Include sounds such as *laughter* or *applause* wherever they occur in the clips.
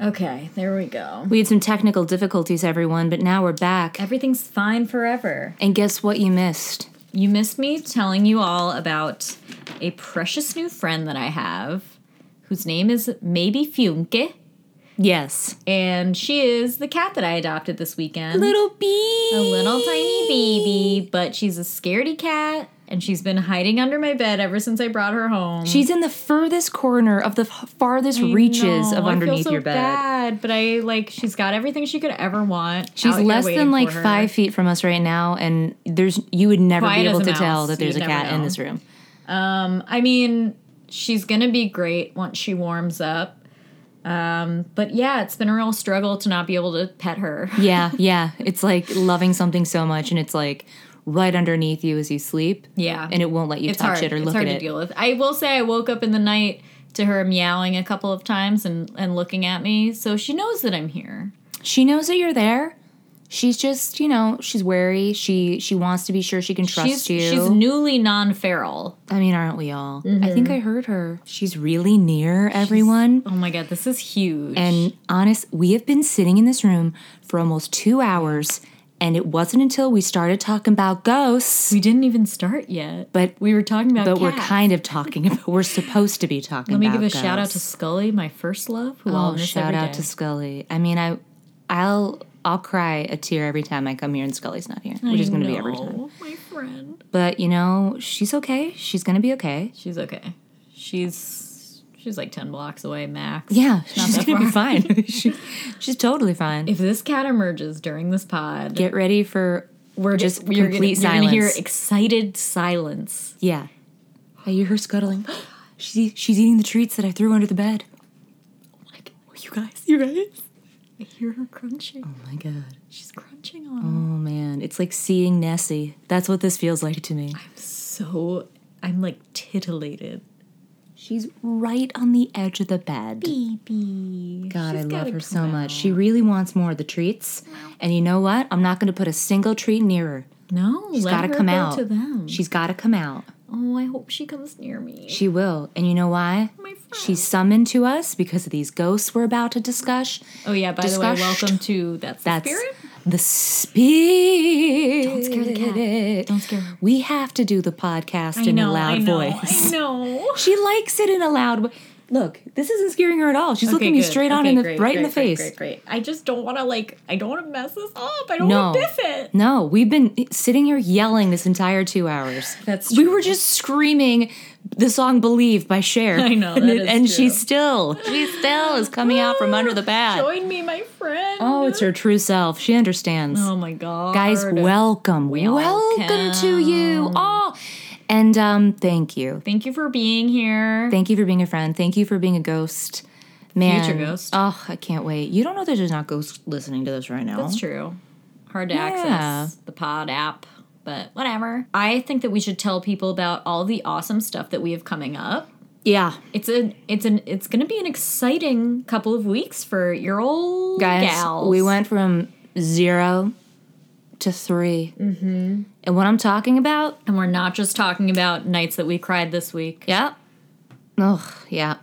Okay, there we go. We had some technical difficulties, everyone, but now we're back. Everything's fine forever. And guess what you missed? You missed me telling you all about a precious new friend that I have whose name is Maybe Funke, Yes. and she is the cat that I adopted this weekend. Little bee. a little tiny baby, but she's a scaredy cat, and she's been hiding under my bed ever since I brought her home. She's in the furthest corner of the f- farthest reaches No, I of feel underneath so your bed. Bad, but I like she's got everything she could ever want. She's out here less waiting than like for her. five feet from us right now, and there's you would never Quiet be as able a to mouse. tell that there's You'd a never cat in know. this room. Um, I mean, she's gonna be great once she warms up. Um, but yeah, it's been a real struggle to not be able to pet her. Yeah, *laughs* yeah. It's like loving something so much, and it's like right underneath you as you sleep. *laughs* Yeah. and it won't let you It's touch hard. it or it's look hard at to it. deal with. I will say, I woke up in the night to her meowing a couple of times and and looking at me, so she knows that I'm here. She knows that you're there. She's just, you know, she's wary. She she wants to be sure she can trust She's you. she's Mm-hmm. newly non-feral. I mean, aren't we all? I think I heard her. She's really near everyone. Oh my god, this is huge. And honest, we have been sitting in this room for almost two hours, and it wasn't until we started talking about ghosts. we didn't even start yet, But- we were talking about. but we're cats. kind of talking about. We're supposed to be talking. Let me about give a shout out to ghosts. Scully, my first love. Who I'll Oh, miss shout every out day. to Scully. I mean, I, I'll, I'll cry a tear every time I come here and Scully's not here, which is going to be every time. No, My friend. But you know, she's okay. She's going to be okay. She's okay. She's she's like ten blocks away max. Yeah, she's that going to be far. fine. *laughs* she, she's totally fine. If this cat emerges during this pod, Get ready for we're just we're gonna- complete you're gonna hear silence. excited silence. yeah. I hear her scuttling. *gasps* She's she's eating the treats that I threw under the bed. Like You guys, you guys. I hear her crunching. Oh my god. She's crunching on. Oh man, it's like seeing Nessie. That's what this feels like to me. So I'm like titillated. She's right on the edge of the bed. Baby. God, She's I love gotta come her so much. out. She really wants more of the treats. And you know what? I'm not going to put a single treat near her. No, She's let got her to come go out. to them. She's got to come out. oh, I hope she comes near me. She will. And you know why? My friend. She's summoned to us because of these ghosts we're about to discuss. Oh yeah, by the way, Disgust. welcome to that's, the That's spirit. the spirit. Don't scare the cat. Don't scare her. We have to do the podcast in a loud I know, voice. *laughs* I know. She likes it in a loud way. Look, this isn't scaring her at all. She's looking me good. straight on Okay, in the great, right in the great, face. Great, great, great. I just don't want to like. I don't want to mess this up. I don't No. want to biff it. No, we've been sitting here yelling this entire two hours. That's we were just screaming the song "Believe" by Cher. I know, that and, is and true. she still, she still is coming out *gasps* from under *laughs* the bed. Join me, my friend. Oh, it's her true self. She understands. Oh my god, Guys, welcome, welcome, to you all, and um, thank you, Thank you for being here. thank you for being a friend. Thank you for being a ghost. Man, Future ghost. Oh, I can't wait. You don't know that there's not ghosts listening to this right now. That's true. Hard to Yeah. access the pod app, but whatever. I think that we should tell people about all the awesome stuff that we have coming up. Yeah, It's a it's an it's going to be an exciting couple of weeks for your old guys gals. we went from zero to 3 mm-hmm. and what i'm talking about and we're not just talking about nights that we cried this week. yeah oh yeah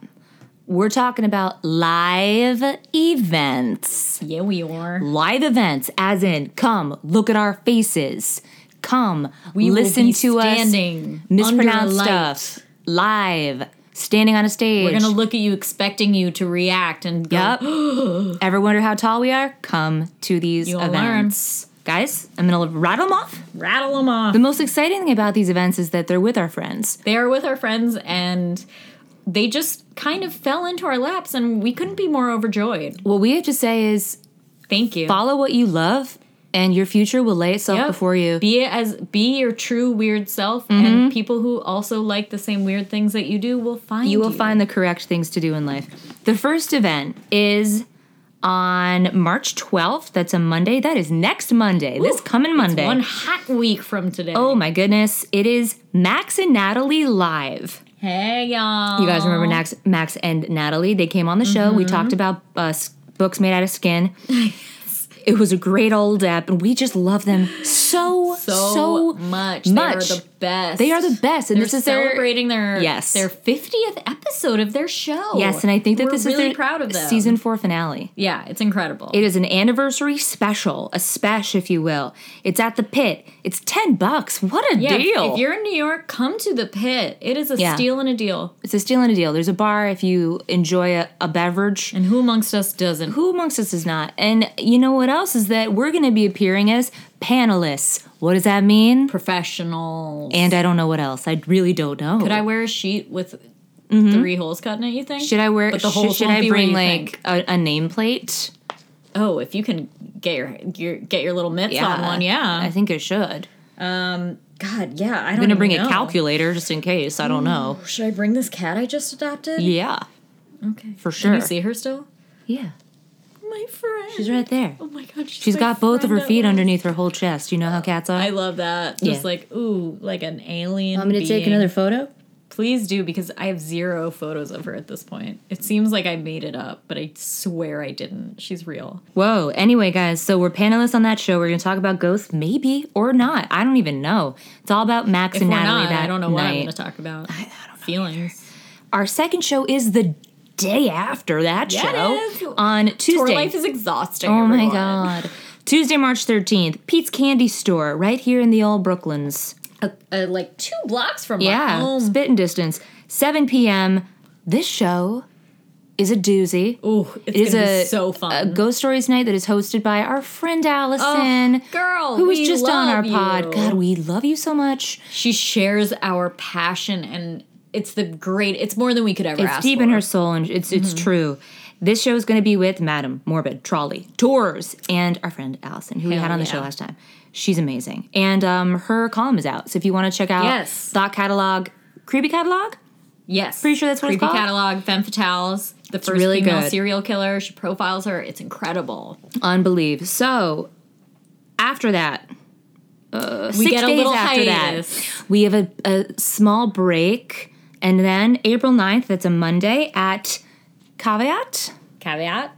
we're talking about live events Yeah, we are. live events as in come look at our faces come We will listen be to us standing under a mispronounce light. stuff live standing on a stage We're going to look at you expecting you to react and go, Yep. *gasps* Ever wonder how tall we are? Come to these You'll events. Guys, I'm going to rattle them off. rattle them off. The most exciting thing about these events is that they're with our friends. they are with our friends and they just kind of fell into our laps and we couldn't be more overjoyed. What we have to say is Thank you. follow what you love, and your future will lay itself Yep. before you. Mm-hmm. Be as be your true weird self and people who also like the same weird things that you do will find you will find the correct things to do in life. The first event is on March 12th. That's a Monday. That is next Monday. this coming Monday. one hot week from today. Oh my goodness. It is Max and Natalie Live. Hey y'all. You guys remember Max, Mm-hmm. Max and Natalie? They came on the show. We talked about uh, s- books made out of skin. It was a great old app, and we just love them so so, so, much. much. They are the best. They are the best, and They're this is their celebrating their Yes. their fiftieth episode of their show. yes, and I think that We're this really is their proud of them. season four finale. Yeah, it's incredible. It is an anniversary special, a special, if you will. It's at the pit. It's ten bucks. What a yeah, if- deal! If you're in New York, come to the pit. It is a Yeah. steal and a deal. it's a steal and a deal. There's a bar if you enjoy a, a beverage. And who amongst us doesn't? Who amongst us is not? And you know what else is that we're going to be appearing as panelists. What does that mean? Professionals. And I don't know what else. I really don't know. Could I wear a sheet with three holes cut in it? You think? Mm-hmm. Should I wear? But the sh- holes should won't I be where bring you like a, a nameplate? Oh, if you can get your, your get your little mitts on one, I yeah. think I should. Um, God, yeah. I don't I'm gonna bring even a know. calculator just in case. I don't know. Should I bring this cat I just adopted? Yeah, Okay. for Can sure. you Mm. see her still? Yeah, My friend. she's right there. Oh my God. She's She's my got both of her friend at feet last. underneath her whole chest. You know how cats are. I love that. Yeah. Just like ooh, like an alien. I'm gonna take being. another photo. Please do because I have zero photos of her at this point. It seems like I made it up, but I swear I didn't. She's real. Whoa. Anyway, guys, so we're panelists on that show. We're going to talk about ghosts, maybe or not. I don't even know. It's all about Max If and we're Natalie not, that I don't know night. what I'm going to talk about. I, don't know feelings. Our second show is the day after that Yeah, it show is. on Tuesday. Tour life is exhausting. oh my everyone. god. Tuesday, March 13th, Pete's Candy Store, right here in the old Brooklands. Uh, uh, like two blocks from my Yeah, home. spitting distance. 7 p.m. This show is a doozy. Ooh, it's It is gonna be a so a fun. Ghost Stories night that is hosted by our friend Oh, Allison, girl, who was we just on our love pod. you. God, we love you so much. she shares our passion, and it's the great. It's more than we could ever It's ask. deep for. in her soul, and it's it's Mm-hmm. true. This show is going to be with Madam Morbid Trolley Tours and our friend Allison, who we Hell had on the yeah. show last time. She's amazing, and um, her column is out. So if you want to check out Yes. thought catalog, creepy catalog, Yes, Pretty sure that's what it's Creepy called. Catalog, Femme Fatales, the first really female good. serial killer. She profiles her. It's incredible. unbelieve. So after that, uh, We six get a days little after hiatus. that, we have a, a small break, and then April 9th, that's a Monday at Caveat. Caveat.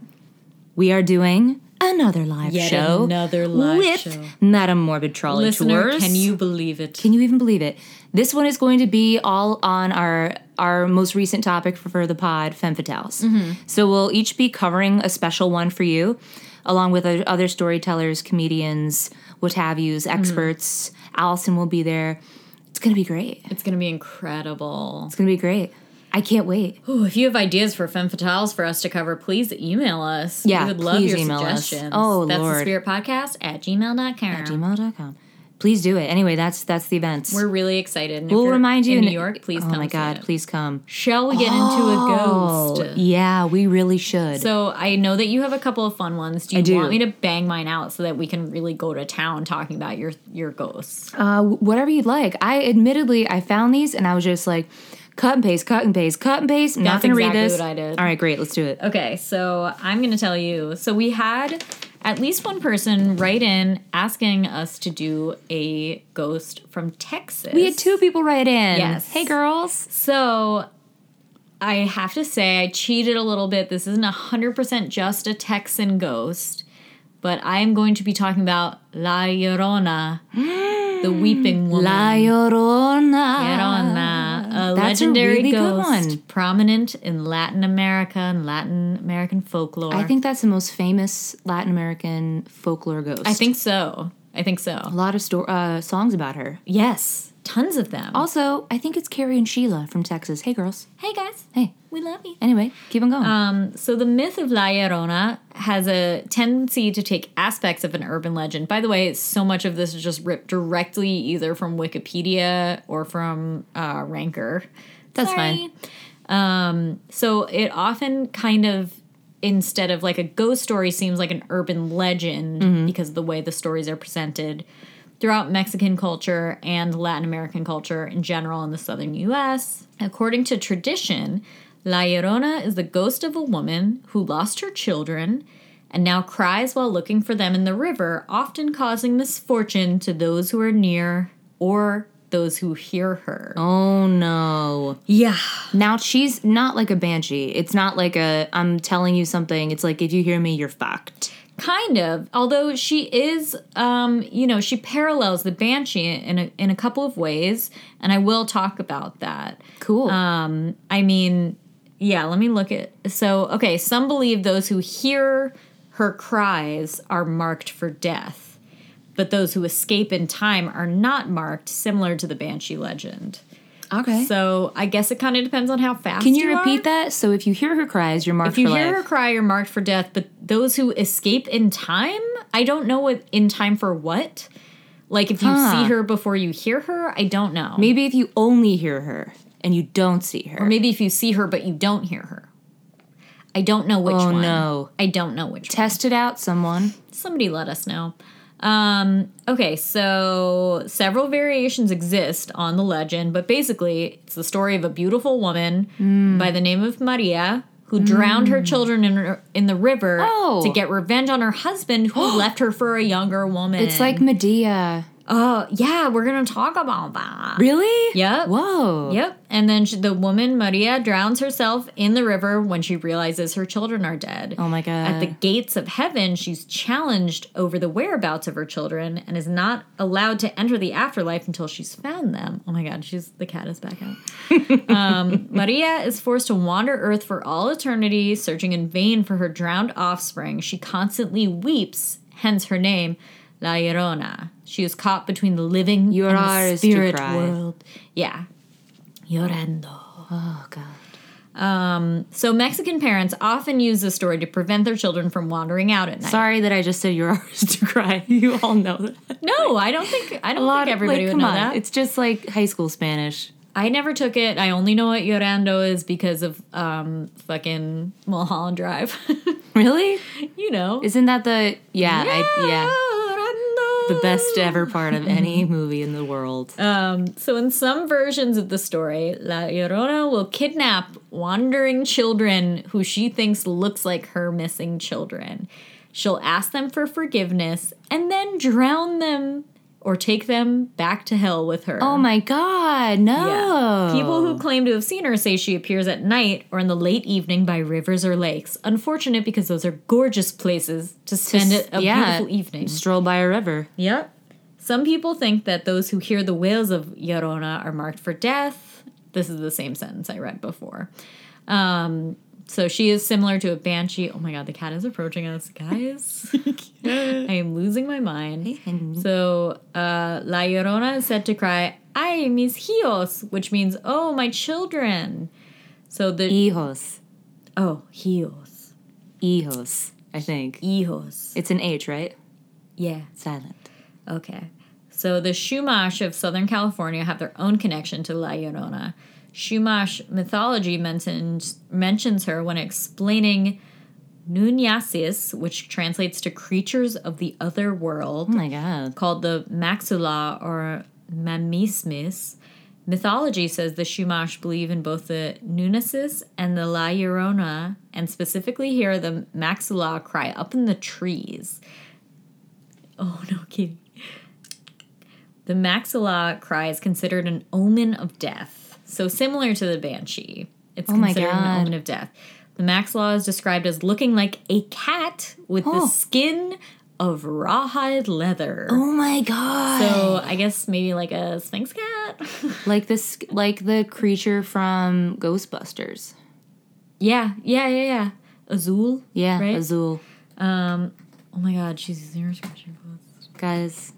we are doing another live Yet show. another live with show. Madame Morbid Trolley Listener, Tours. can you believe it? Can you even believe it? This one is going to be all on our our most recent topic for, for the pod, femme fatales. Mm-hmm. So we'll each be covering a special one for you, along with o- other storytellers, comedians, what have yous, Mm-hmm. experts. Allison will be there. It's gonna be great. It's going to be incredible. It's gonna be great. I *gasps* can't wait. Ooh, if you have ideas for femme fatales for us to cover, please email us. Yeah, we would love please your email us. suggestions. Oh, That's Lord. the spirit podcast at gmail.com. Gmail.com. Please do it. Anyway, that's that's the events. We're really excited. And if we'll you're remind you in New and- York. Please Oh come. my see god, it. please come. Shall we get into a Oh, ghost? Yeah, we really should. So I know that you have a couple of fun ones. Do you do. want me to bang mine out so that we can really go to town talking about your your ghosts? uh, whatever you'd like. I admittedly I found these and I was just like, cut and paste, cut and paste, cut and paste. I'm That's not gonna read exactly this. what I did. All right, great. Let's do it. Okay, so I'm going to tell you. So we had at least one person write in asking us to do a ghost from Texas. We had two people write in. Yes. Hey, girls. So I have to say, I cheated a little bit. This isn't 100% just a Texan ghost, but I am going to be talking about La Llorona, *gasps* the weeping woman. La Llorona. Llorona, a Ah, That's a legendary really good ghost one. prominent in Latin America and Latin American folklore. I think that's the most famous Latin American folklore ghost. I think so. I think a so. lot of sto- uh, songs about her. Yes, tons of them. Also, I think it's Carrie and Sheila from Texas. Oh, Hey, girls. hey guys, Hey. we love you. Anyway, keep on going. Um, so the myth of La Llorona has a tendency to take aspects of an urban legend. By the way, so much of this is just ripped directly either from Wikipedia or from uh, Ranker. That's Sorry. Um, so it often kind of instead of like a ghost story seems like an urban legend because of the way the stories are presented throughout Mexican culture and Latin American culture in general in the southern US. According to tradition, La Llorona is the ghost of a woman who lost her children and now cries while looking for them in the river, often causing misfortune to those who are near or those who hear her. oh, no. Yeah. Now she's not like a banshee. It's not like a I'm telling you something. It's like if you hear me, you're fucked. Kind of, although she is, um, you know, she parallels the banshee in a, in a couple of ways, and I will talk about that. Cool. Um, I mean, yeah, let me look at. So, okay, some believe those who hear her cries are marked for death, but those who escape in time are not marked, similar to the Banshee legend. okay. So, I guess it kind of depends on how fast. Can you are. repeat that? So if you hear her cries, you're marked If you for hear life. her cry, you're marked for death. But those who escape in time, I don't know what in time for what. Like if you Huh. see her before you hear her, I don't know. Maybe if you only hear her and you don't see her. or maybe if you see her but you don't hear her. I don't know which Oh, one. no. I don't know which. one. Test it out, someone. Somebody let us know. Um, okay, so several variations exist on the legend, but basically, it's the story of a beautiful woman Hmm. by the name of Maria who drowned her children in, r- in the river Oh. to get revenge on her husband *gasps* who left her for a younger woman. It's like Medea. oh, yeah, we're gonna talk about that. Really? Yep. Whoa. Yep. And then she, the woman, Maria, drowns herself in the river when she realizes her children are dead. Oh my god. At the gates of heaven, she's challenged over the whereabouts of her children and is not allowed to enter the afterlife until she's found them. Oh my God, she's the cat is back out. um, Maria is forced to wander Earth for all eternity, searching in vain for her drowned offspring. She constantly weeps, hence her name, La Llorona. She is caught between the living Llorar and the is to spirit cry. world. Yeah, llorando. oh god. So Mexican parents often use this story to prevent their children from wandering out at night. Sorry that I just said *laughs* you're ours to cry. You all know that. No, I don't think I don't think everybody like, would come know on. that. It's just like high school Spanish. I never took it. I only know what Yorando is because of um fucking Mulholland Drive. *laughs* Really? you know. Isn't that the yeah, I, yeah. Llorando. The best ever part of *laughs* any movie in the world. Um, so in some versions of the story, La Llorona will kidnap wandering children who she thinks looks like her missing children. She'll ask them for forgiveness and then drown them or take them back to hell with her. oh my god, no. Yeah. People who claim to have seen her say she appears at night or in the late evening by rivers or lakes. Unfortunate because those are gorgeous places to spend Just- it a yeah. beautiful evening. stroll by a river. Yep. Some people think that those who hear the wails of Llorona are marked for death. This is the same sentence I read before. Um, so she is similar to a banshee. Oh my god, the cat is approaching us, guys. I am losing my mind. So uh, La Llorona is said to cry, Ay, mis hijos, which means, oh, my children. So the, E- Hijos. oh, hijos, Hijos, I think. hijos. It's an H, right? Yeah. Silent. Okay. So the Shumash of Southern California have their own connection to La Llorona. Shumash mythology mentions, mentions her when explaining Nunyasis, which translates to creatures of the other world, Oh my god. called the Maxula or Mamismis. Mythology says the Shumash believe in both the Nunesis and the La Llorona, and specifically hear the Maxula cry up in the trees. Oh, *laughs* no kidding. The Maxilla cry is considered an omen of death. So similar to the Banshee. It's Oh my considered God. an omen of death. The Maxilla is described as looking like a cat with Oh. the skin of rawhide leather. Oh my god. So I guess maybe like a Sphinx cat. *laughs* like this like the creature from Ghostbusters. yeah, yeah, yeah, yeah. Azul. Yeah, Right? Azul. Um. Oh my God, she's using her scratching post. Guys,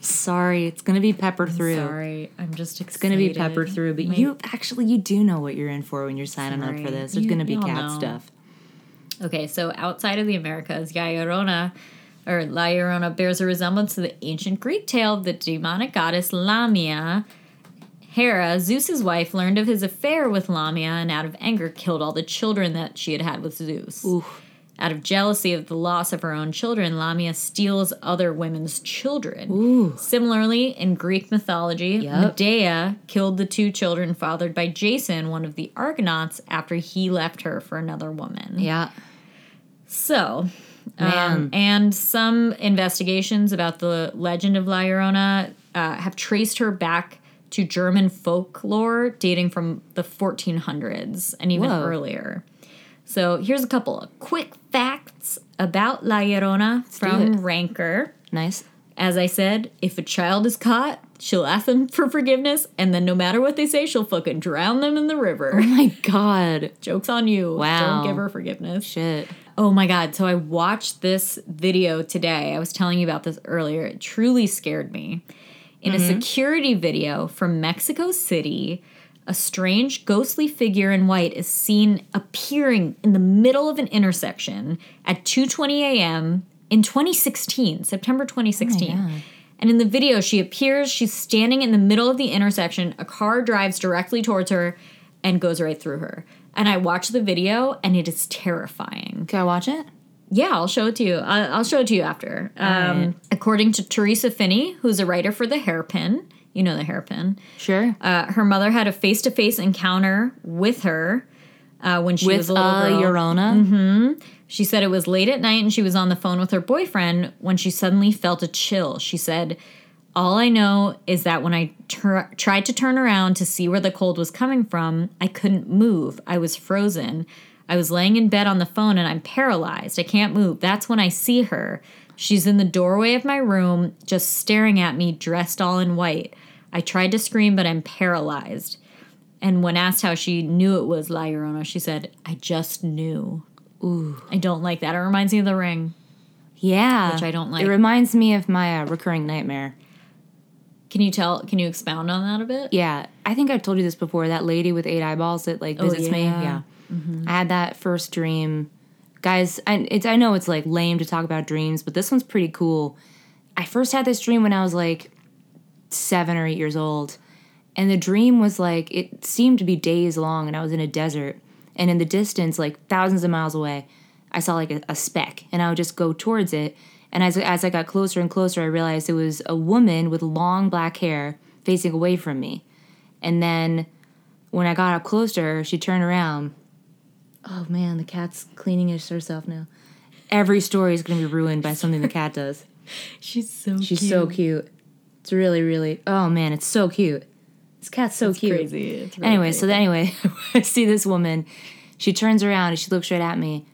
sorry, it's gonna be peppered through. Sorry, I'm just. Excited. It's gonna be peppered through, but My- you actually you do know what you're in for when you're signing up for Sorry. this. There's You- gonna be y'all cat know. stuff. Okay, so outside of the Americas, Yairona or La Llorona bears a resemblance to the ancient Greek tale of the demonic goddess Lamia. Hera, Zeus's wife, learned of his affair with Lamia and out of anger killed all the children that she had had with Zeus. Oof. Out of jealousy of the loss of her own children, Lamia steals other women's children. Ooh. Similarly, in Greek mythology, Yep. Medea killed the two children fathered by Jason, one of the Argonauts, after he left her for another woman. Yeah. So, Man. um, and some investigations about the legend of La Llorona uh, have traced her back to German folklore dating from the 1400s and even Whoa. earlier. So here's a couple of quick facts about La Llorona it. from Ranker. Nice. As I said, if a child is caught, she'll ask them for forgiveness, and then no matter what they say, she'll fucking drown them in the river. Oh my god. Joke's on you. Wow. Don't give her forgiveness. Shit. Oh my god, so I watched this video today. I was telling you about this earlier. It truly scared me. In a security video from Mexico City, a strange ghostly figure in white is seen appearing in the middle of an intersection at 2:20 a.m. in 2016, September 2016. and in the video she appears, she's standing in the middle of the intersection, a car drives directly towards her and goes right through her. And I watched the video and it is terrifying. Can I watch it? Yeah, I'll show it to you. I'll, I'll show it to you after. Um, According to Teresa Finney, who's a writer for The Hairpin, you know The Hairpin, Sure. uh, her mother had a face to face encounter with her uh, when she was With a a little girl. Llorona. She said it was late at night and she was on the phone with her boyfriend when she suddenly felt a chill. She said, All I know is that when I tur- tried to turn around to see where the cold was coming from, I couldn't move. I was frozen. I was laying in bed on the phone and I'm paralyzed. I can't move. That's when I see her. She's in the doorway of my room, just staring at me, dressed all in white. I tried to scream, but I'm paralyzed. And when asked how she knew it was La Llorona, she said, I just knew. Ooh. I don't like that. It reminds me of the ring. Yeah. Which I don't like. It reminds me of my uh, recurring nightmare. Can you tell can you expound on that a bit? Yeah. I think I've told you this before. That lady with eight eyeballs that like visits me. yeah. Yeah. I had that first dream. Guys, I, it's, I know it's like lame to talk about dreams, but this one's pretty cool. I first had this dream when I was like seven or eight years old. And the dream was like, it seemed to be days long, and I was in a desert. And in the distance, like thousands of miles away, I saw like a, a speck, and I would just go towards it. And as, as I got closer and closer, I realized it was a woman with long black hair facing away from me. And then when I got up close to her, she turned around. Oh man, the cat's cleaning his- herself now. Every story is going to be ruined by something the cat does. She's so *laughs* She's so cute. It's really, really. Oh man, it's so cute. This cat's so cute. crazy. It's really Anyway, crazy. so then anyway, *laughs* I see this woman. She turns around and she looks right at me,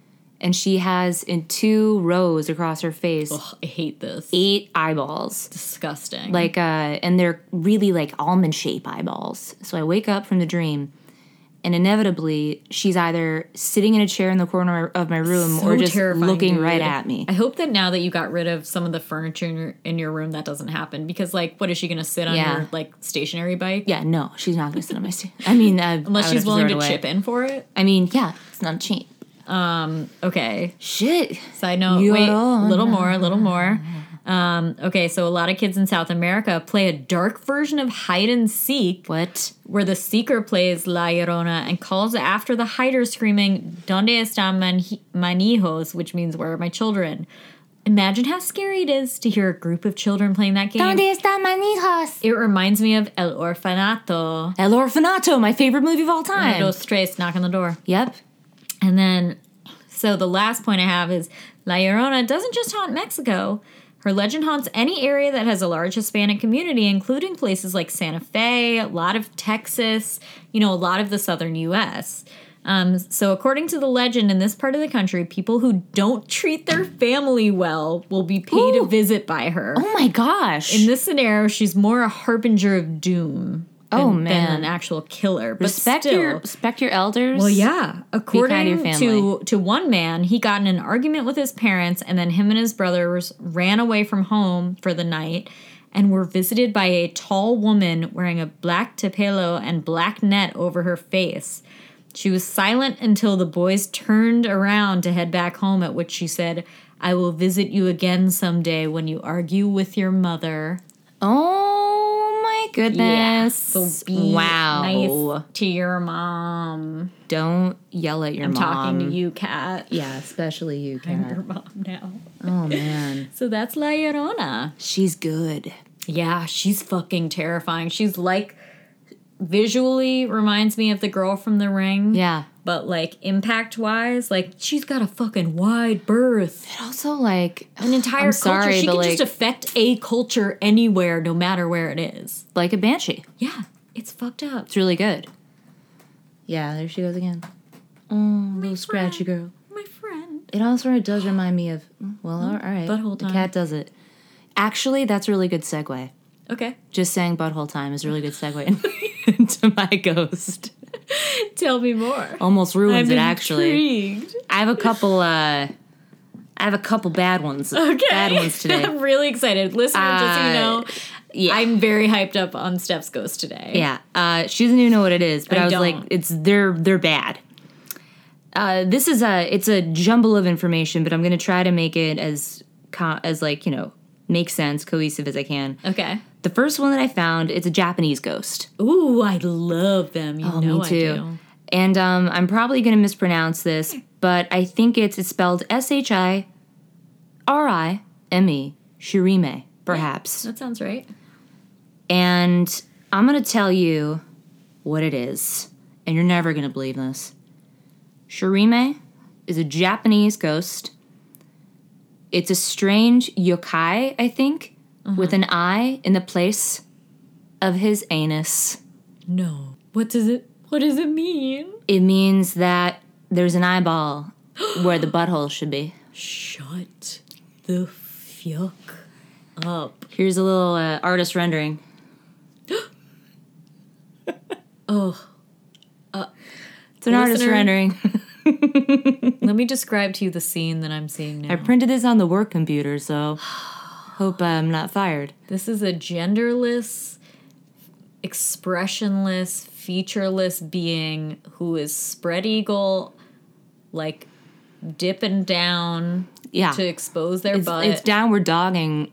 and she has in two rows across her face Ugh, I hate this. eight eyeballs Disgusting. like uh and they're really like almond shape eyeballs so i wake up from the dream and inevitably she's either sitting in a chair in the corner of my room So or just terrifying, looking right dude. at me I hope that now that you got rid of some of the furniture in your, in your room, that doesn't happen because, like, what is she going to sit on Yeah. your like stationary bike? yeah no she's not gonna sit on my seat *laughs* i mean uh, I, Unless she's willing to chip in for it. i mean yeah it's not cheap Okay. shit Side note, wait, Llorona. a little more, a little *laughs* more. Um, okay, so a lot of kids in South America play a dark version of hide and seek what where the seeker plays La Llorona and calls after the hider screaming, Donde están man- manijos, which means where are my children? Imagine how scary it is to hear a group of children playing that game. están manijas It reminds me of El Orfanato. el orfanato my favorite movie of all Uno, time dos, tres, knock on the door. yep And then, so the last point I have is La Llorona doesn't just haunt Mexico. Her legend haunts any area that has a large Hispanic community, including places like Santa Fe, a lot of Texas, you know, a lot of the southern U.S. Um, so, according to the legend, in this part of the country, people who don't treat their family well will be paid a Ooh. visit by her. oh my gosh In this scenario, she's more a harbinger of doom than, Oh, than man. an actual killer. But respect still, your respect your elders well, yeah. kind to your According to family. to one man, he got in an argument with his parents, and then him and his brothers ran away from home for the night, and were visited by a tall woman wearing a black tepelo and black net over her face. She was silent until the boys turned around to head back home. At which she said, "I will visit you again someday when you argue with your mother." Oh my Yeah, goodness. so be wow. nice to your mom. Don't yell at your mom. Talking to you, cat. Yeah, especially *laughs* you, your Kat. mom now. Oh man. So that's La Llorona. She's good. Yeah, she's fucking terrifying. She's like visually reminds me of the girl from the ring. Yeah. But like impact wise, like she's got a fucking wide berth. *sighs* But also like An entire culture. sorry, she but, can like- just affect a culture anywhere, no matter where it is. like a banshee. Yeah. It's fucked up. It's really good. Yeah, there she goes again. oh, little scratchy girl. My friend. It also does remind me of, well, all right. butthole The time. cat does it. Actually, that's a really good segue. Okay. *laughs* Just saying butthole time is a really good segue *laughs* into my ghost. Tell me more. Almost ruins it, actually. intrigued. I have a couple, uh, I have a couple bad ones. Okay. Bad *laughs* ones today. I'm really excited. Listener, just so you Uh, know, yeah. I'm very hyped up on Steph's Ghost today. Yeah, uh, she doesn't even know what it is, but I, I was don't. like, it's they're they're bad. Uh, this is a it's a jumble of information, but I'm gonna try to make it as co- as like you know make sense, cohesive as I can. Okay. The first one that I found, it's a Japanese ghost. Ooh, I love them. Oh, You know I do. And um, I'm probably gonna mispronounce this, but I think it's it's spelled S H I R I M E Shirime, perhaps. That sounds right. And I'm going to tell you what it is. And you're never going to believe this. Shirime is a Japanese ghost. It's a strange yokai, I think, Mm-hmm. with an eye in the place of his anus. No. What does it what does it mean? It means that there's *gasps* an eyeball where the butthole should be. Shut the fuck up. Here's a little uh, artist rendering. *gasps* Oh. It's an artist Listener. rendering. Let me describe to you the scene that I'm seeing now. I printed this on the work computer, so hope I'm not fired. This is a genderless, expressionless, featureless being who is spread eagle, like dipping down Yeah. to expose their It's, butt it's downward dogging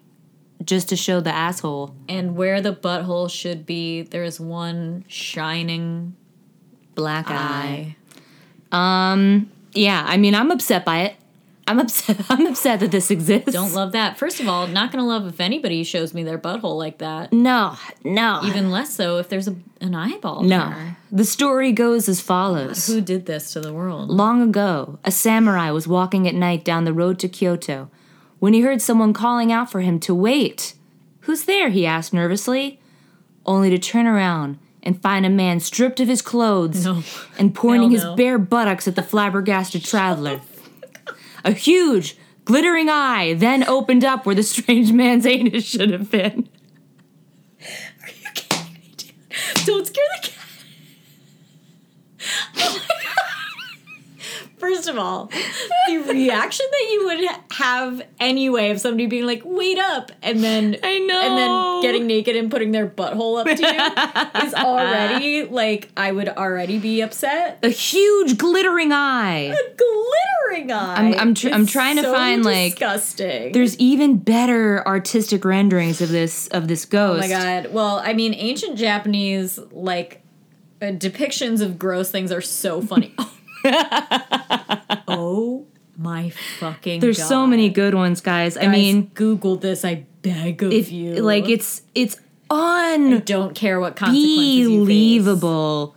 just to show the asshole and where the butthole should be. There is one shining black eye. eye. Um yeah, I mean I'm upset by it. I'm upset *laughs* I'm upset that this exists. Don't love that. First of all, not gonna love if anybody shows me their butthole like that. No, no. Even less so if there's a, an eyeball. there. no. The story goes as follows. Who did this to the world? Long ago, a samurai was walking at night down the road to Kyoto when he heard someone calling out for him to wait. Who's there? he asked nervously, only to turn around and find a man stripped of his clothes No. and pointing Hell his no. bare buttocks at the *laughs* flabbergasted traveler. A huge, glittering eye then opened up where the strange man's *laughs* anus should have been. Don't scare the cat. First of all, the reaction that you would have anyway of somebody being like, "Wait up," and then I know. and then getting naked and putting their butthole up to *laughs* you is already like I would already be upset. a huge, glittering eye. Glittering eye. I'm- I'm tr- I'm is trying to so find, like, disgusting. There's even better artistic renderings of this of this Oh ghost. my god. Well, I mean, ancient Japanese like uh, depictions of gross things are so funny. *laughs* oh my fucking. There's god. so many good ones, guys. I Guys, mean, Google this. I beg of if you. like it's it's *laughs* don't care what consequences you face. unbelievable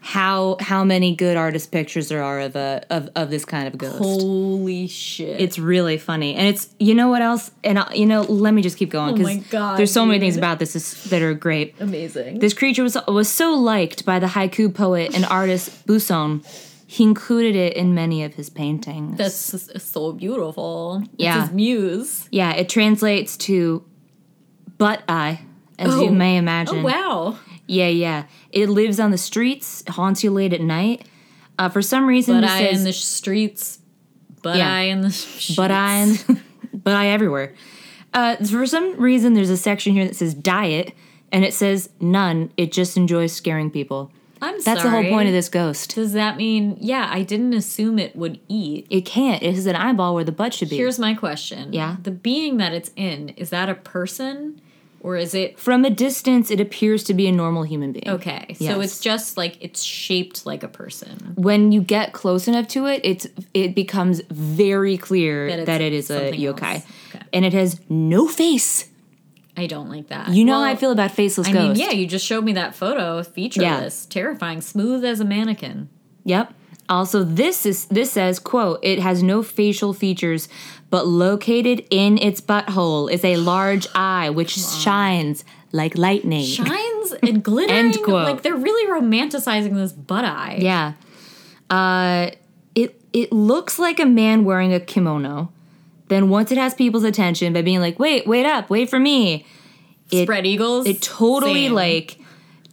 how how many good artist pictures there are of a of of this kind of ghost. Holy shit! it's really funny, and it's you know what else, and I, you know, let me just keep going Oh my because God, there's so many things dude. about this is, that are great. amazing. This creature was was so liked by the haiku poet and artist Buson. He included it in many of his paintings. That's s- so beautiful. Yeah. it's his muse. yeah, it translates to butt eye, as you Oh. may imagine. Oh wow! Yeah, yeah. It lives on the streets, haunts you late at night. Uh, for some reason, But this I says, in the streets. But Yeah. I in the. Streets. but I, and, *laughs* but I everywhere. Uh, for some reason, there's a section here that says diet, and it says none. It just enjoys scaring people. I'm That's the whole sorry. point of this ghost. Does that mean, yeah, I didn't assume it would eat? It can't. It has an eyeball where the butt should be. Here's my question. Yeah. The being that it's in, is that a person or is it. From a distance, it appears to be a normal human being. Okay. So Yes. it's just like it's shaped like a person. When you get close enough to it, it's it becomes very clear That that, it's it is a something yokai, else. Okay. and it has no face. I don't like that. You know Well, how I feel about faceless I mean, ghosts. yeah, you just showed me that photo, featureless, terrifying, smooth as a mannequin. Yep. Also, this is this says, quote, it has no facial features, but located in its butthole is a large eye which shines like lightning. Shines and glittering. End quote. Like they're really romanticizing this butt eye. *laughs* yeah. Uh, it it looks like a man wearing a kimono. Then once it has people's attention by being like, "Wait, wait up, wait for me," it- Spread eagles. It totally Same. like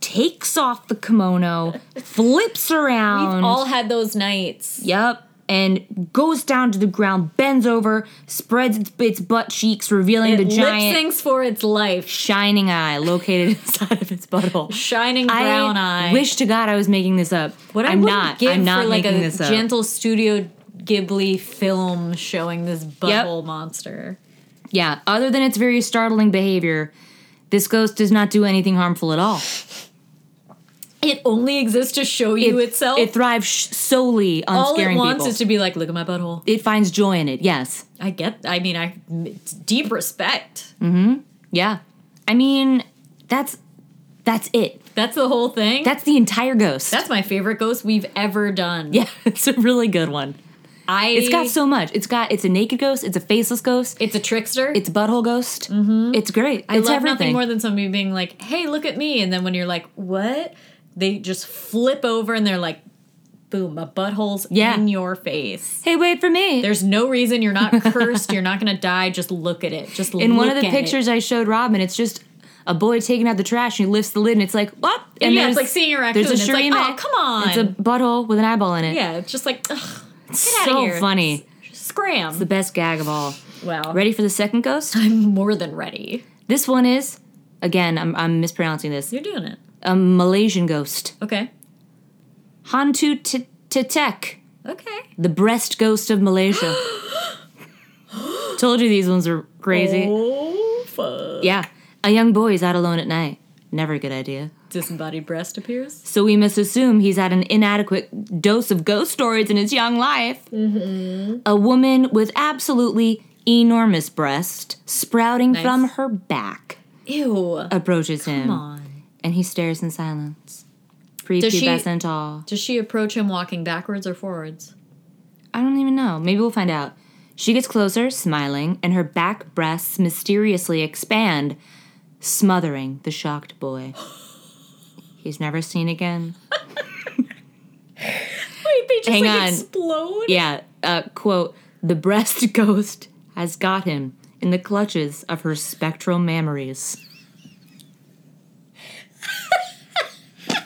takes off the kimono, flips around. all had those nights. Yep. And goes down to the ground, bends over, spreads its, its butt cheeks, revealing It the lip giant syncs for its life. shining eye located *laughs* inside of its butthole. Shining brown I eye. wish to God I was making this up. what I I'm would not. give I'm not for like making a this up. gentle studio Ghibli film showing this butthole monster. yeah. Other than its very startling behavior, this ghost does not do anything harmful at all. It only exists to show you itself. It thrives sh- solely on all scaring it wants people. is to be like, look at my butthole. it finds joy in it. Yes. I get. I mean, I it's deep respect. Yeah. I mean, that's that's it. That's the whole thing. That's the entire ghost. That's my favorite ghost we've ever done. *laughs* yeah, it's a really good one. I. It's got so much. It's got it's a naked ghost. It's a faceless ghost. It's a trickster. It's a butthole ghost. Mm-hmm. It's great. I it's love everything. nothing more than somebody being like, "Hey, look at me," and then when you're like, "What?" They just flip over and they're like, "Boom, a butthole's Yeah. in your face." hey, wait for me. There's no reason you're *laughs* not cursed. you're not gonna die. Just look at it. Just In one of look the at it. pictures I showed Robin, it's just a boy taking out the trash and he lifts the lid and it's like what? And yeah, there's it's like seeing your raccoon. there's a It's like, Shirime. oh, come on. It's a butthole with an eyeball in it. yeah, it's just like, ugh, get out so here. funny. Scram. The best gag of all. wow. Ready for the second ghost? I'm more than ready. This one is, again, I'm, I'm mispronouncing this, You're doing it. a Malaysian ghost. Okay. Hantu Te- Tetek, Okay. the breast ghost *gasps* of Malaysia. Told you these ones are crazy. Oh, fuck. Yeah. A young boy is out alone at night. Never a good idea. Disembodied breast appears. So we must assume he's had an inadequate dose of ghost stories in his young life. Mm-hmm. A woman with absolutely enormous breast sprouting Nice. from her back Ew. approaches him Come on. and he stares in silence. Does she- Prepubescent all. Does she approach him walking backwards or forwards? I don't even know. Maybe we'll find out. She gets closer, smiling, and her back breasts mysteriously expand, smothering the *gasps* shocked boy. He's never seen again. Wait, they just Hang on. explode? Yeah, uh, quote, the breast *laughs* ghost has got him in the clutches of her spectral memories. *laughs*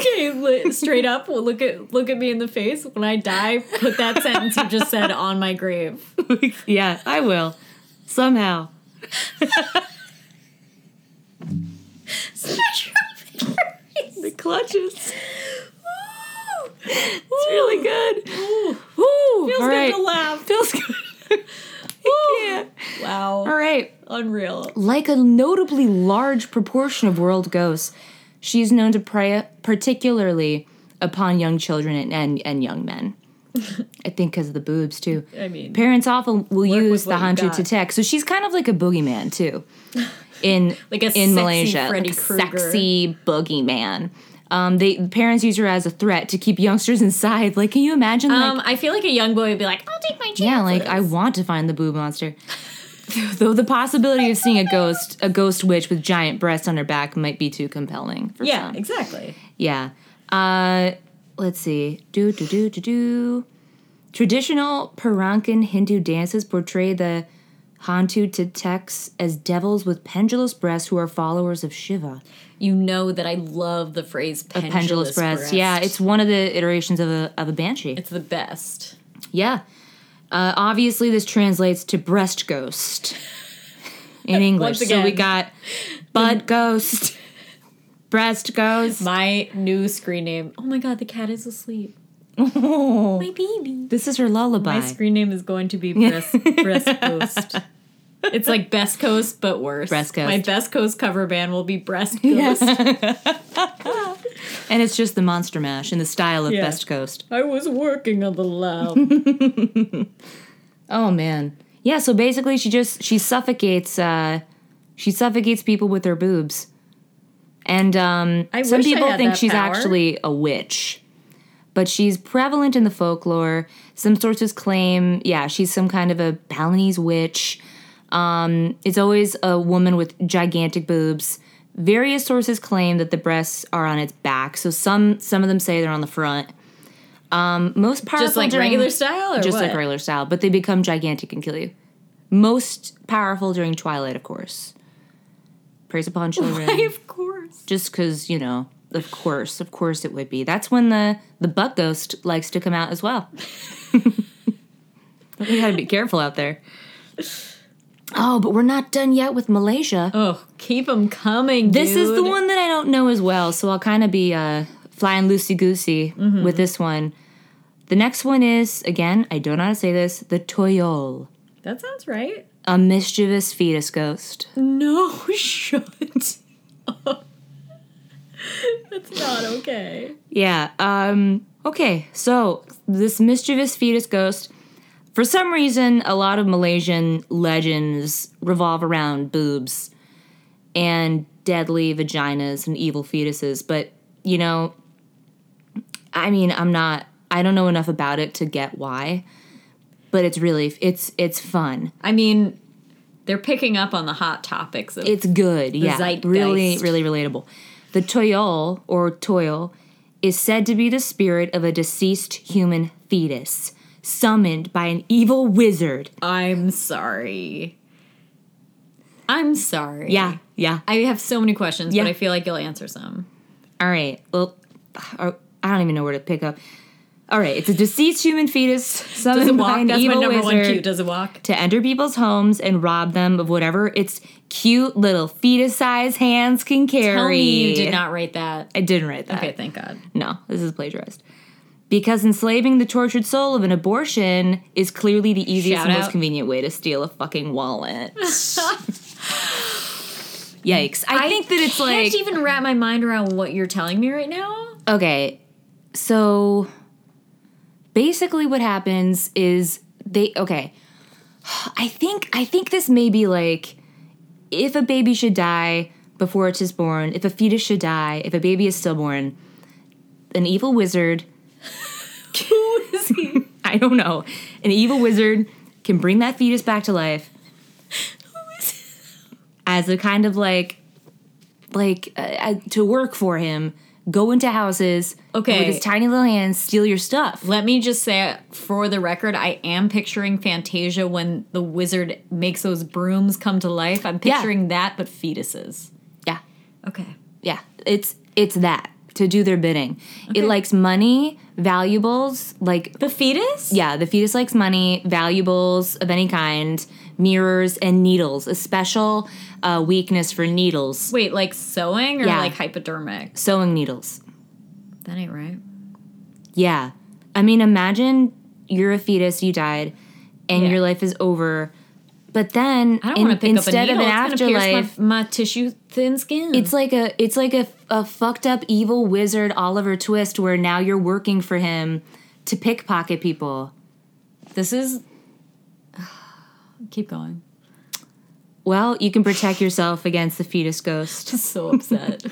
Okay, li- straight up, well, look at look at me in the face. When I die, put that sentence you just said on my grave. yeah, I will. Somehow. The clutches. It's It's really good. Ooh. Woo! Feels all good right. to laugh. Feels *laughs* good. I can't. Er, All Wow. right. Unreal. Like a notably large proportion of world ghosts, she is known to prey particularly upon young children and, and, and *laughs* young men. I think because of the boobs, too. I mean, Parents often will with use the what you Hantu got. to tech. So she's kind of like a boogeyman, too, in, *laughs* Like a in sexy Malaysia. Freddy like a Krueger. sexy boogeyman. Um, they parents use her as a threat to keep youngsters inside. Like, can you imagine? like, um, I feel like a young boy would be like, "I'll take my chances." yeah, like I want to find the boob monster. *laughs* Though the possibility of seeing a ghost, a ghost witch with giant breasts on her back, might be too compelling for yeah, some. exactly. Yeah. Uh, let's see. Do do do do do. Traditional Parankan Hindu dances portray the Hantu Teteks as devils with pendulous breasts who are followers of Shiva. You know that I love the phrase pendulous, Pendulous, breasts. breast. Yeah, it's one of the iterations of a of a banshee. it's the best. Yeah. Uh, obviously, this translates to breast ghost in *laughs* English. Once again. So we got bud ghost, breast ghost. My new screen name. Oh my god, the cat is asleep. *laughs* My baby. this is her lullaby. My screen name is going *laughs* to be Breast Breast Coast. It's like Best Coast, but worse. Breast Coast. My Best Coast cover band will be *laughs* Breast Coast. *laughs* and it's just the monster mash in the style of Yeah. best ghost. I was working on the *laughs* love. Oh man. Yeah. So basically, she just she suffocates. Uh, she suffocates people with her boobs, and um, I some wish I people had think that she's power. actually a witch. But she's prevalent in the folklore. Some sources claim, yeah, she's some kind of a Balinese witch. Um, it's always a woman with gigantic boobs, Various sources claim that the breasts are on its back, so some some of them say they're on the front. Um, most powerful Just like during- regular style, or just what? like regular style, but they become gigantic and kill you. Most powerful during twilight, of course. Preys upon *laughs* children, Why, of course. just because you know. Of course, of course, it would be. That's when the the butt ghost likes to come out as well. *laughs* we gotta be careful out there. Oh, but we're not done yet with Malaysia. Oh, keep them coming. This is the dude. one that I don't know as well, so I'll kind of be uh, flying loosey goosey with this one. The next one is, again, I don't know how to say this, the Toyol, That sounds right. a mischievous fetus ghost. No, *laughs* shut. up. *laughs* That's not okay. Yeah, um, okay, so this mischievous fetus ghost, for some reason, a lot of Malaysian legends revolve around boobs and deadly vaginas and evil fetuses, but, you know, I mean, I'm not. I don't know enough about it to get why, but it's really it's it's fun. I mean, they're picking up on the hot topics of It's good. yeah, zeitgeist. really, really relatable. The toyol or toil is said to be the spirit of a deceased human fetus summoned by an evil wizard. I'm sorry. I'm sorry. Yeah, yeah. I have so many questions, Yeah. but I feel like you'll answer *laughs* some. All right. Well, uh, I don't even know where to pick up. All right. It's a deceased human fetus Does it summoned by walk? an That's my evil number one wizard. cue. Does it walk? to enter people's homes and rob them of whatever its cute little fetus-sized hands can carry. Tell me you did not write that. I didn't write that. Okay, thank *laughs* God. No, this is plagiarized. Because enslaving the tortured soul of an abortion is clearly the easiest Shout and out. most convenient way to steal a fucking wallet. Yikes. I, think that it's like can't even wrap my mind around what you're telling me right now. Okay. So basically what happens is they okay. *sighs* I think I think this may be like if a baby should die before it is born, if a fetus should die, if a baby is stillborn, an evil wizard *laughs* Who is he? Who *laughs* I don't know. An evil wizard can bring that fetus back to life is as a kind of like, like uh, uh, to work for him, go into houses and Okay. with his tiny little hands, steal your stuff. Let me just say, for the record, I am picturing Fantasia when the wizard makes those brooms come to life. I'm Yeah. picturing that, but fetuses. Yeah, Okay. yeah. It's it's that to do their bidding. It likes money, valuables, like The fetus? Yeah, the fetus likes money, valuables of any kind, mirrors, and needles. A special uh, weakness for needles, Wait, like sewing or Yeah. like hypodermic? sewing needles. That ain't right. Yeah. I mean, imagine you're a fetus, you died, and Yeah. your life is over. But then I don't in- want to pick instead up a needle. of an it's gonna pierce afterlife, my, my tissue thin skin. it's like a it's like a, a fucked up evil wizard Oliver Twist where now you're working for him to pickpocket people. this is. Keep going. Well, you can protect yourself against the fetus ghost. So upset.